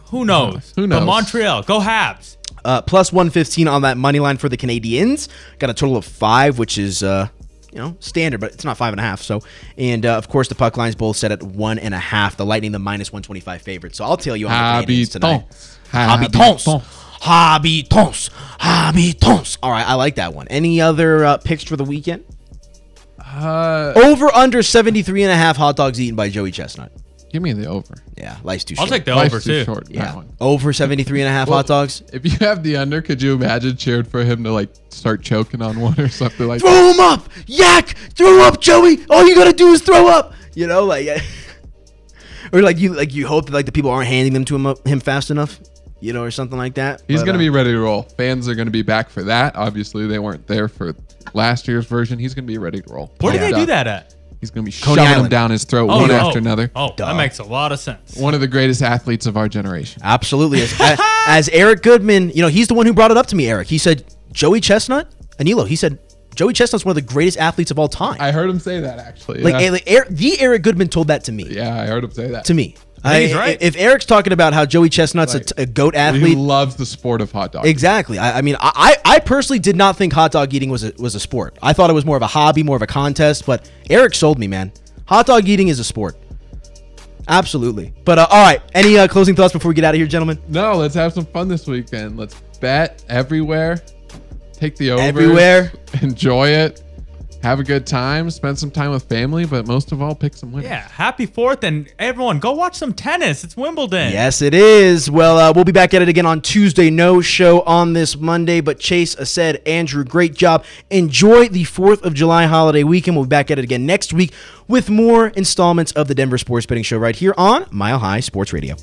G: Who knows?
E: Who
G: But
E: knows?
G: Montreal, go Habs.
E: Uh, plus 115 on that money line for the Canadians. Got a total of five, which is, uh, you know, standard, but it's not five and a half. So, and uh, of course, the puck lines both set at one and a half. The Lightning, the minus 125 favorite. So I'll tell you on the Canadians tonight.
F: Habitants.
E: Habitants. Habitants. Habitants. All right, I like that one. Any other uh, picks for the weekend?
F: Uh,
E: over under 73 and a half hot dogs eaten by Joey Chestnut.
F: Give me the over.
E: Yeah, life's too
G: I'll
E: short.
G: take the
F: Life's
G: over,
F: too
G: too.
F: short, that
E: Yeah.
F: one.
E: Over 73 and a half
F: Well,
E: hot dogs.
F: If you have the under, could you imagine cheering for him to like start choking on one or something like?
E: Throw him up. Yak. Throw up, Joey. All you got to do is throw up. You know, like or like you like you hope that like the people aren't handing them to him up, him fast enough, you know, or something like that.
F: He's
E: But,
F: going to
E: uh,
F: be ready to roll. Fans are going to be back for that. Obviously, they weren't there for last year's version. He's going to be ready to roll.
G: Where do they
F: Pumped
G: do
F: up.
G: that at?
F: He's going to be
G: Coney
F: shoving
G: Island.
F: him down his throat
G: Oh,
F: one
G: yeah.
F: after
G: Oh,
F: another.
G: Oh, that makes a lot of sense.
F: One of the greatest athletes of our generation.
E: Absolutely. As, a- as Eric Goodman, you know, he's the one who brought it up to me, Eric. He said, Joey Chestnut, Anilo, he said, Joey Chestnut's one of the greatest athletes of all time.
F: I heard him say that actually.
E: Like,
F: yeah.
E: eh, like, Eric, the Eric Goodman told that to me.
F: Yeah, I heard him say that.
E: To me.
F: I think he's right.
E: If Eric's talking about how Joey Chestnut's a t- a, goat athlete,
F: he loves the sport of hot dogs.
E: Exactly. I, I mean, I, I I personally did not think hot dog eating was a, was a sport. I thought it was more of a hobby, more of a contest. But Eric sold me, man. Hot dog eating is a sport. Absolutely. But uh, all right, any uh, closing thoughts before we get out of here, gentlemen?
F: No, let's have some fun this weekend. Let's bet everywhere. Take the over.
E: Everywhere.
F: Enjoy it. Have a good time. Spend some time with family, but most of all, pick some winners.
G: Yeah, happy fourth, and everyone go watch some tennis. It's Wimbledon.
E: Yes, it is. Well, uh, we'll be back at it again on Tuesday. No show on this Monday, but Chase uh, said, Andrew, great job. Enjoy the 4th of July holiday weekend. We'll be back at it again next week with more installments of the Denver Sports Betting Show right here on Mile High Sports Radio.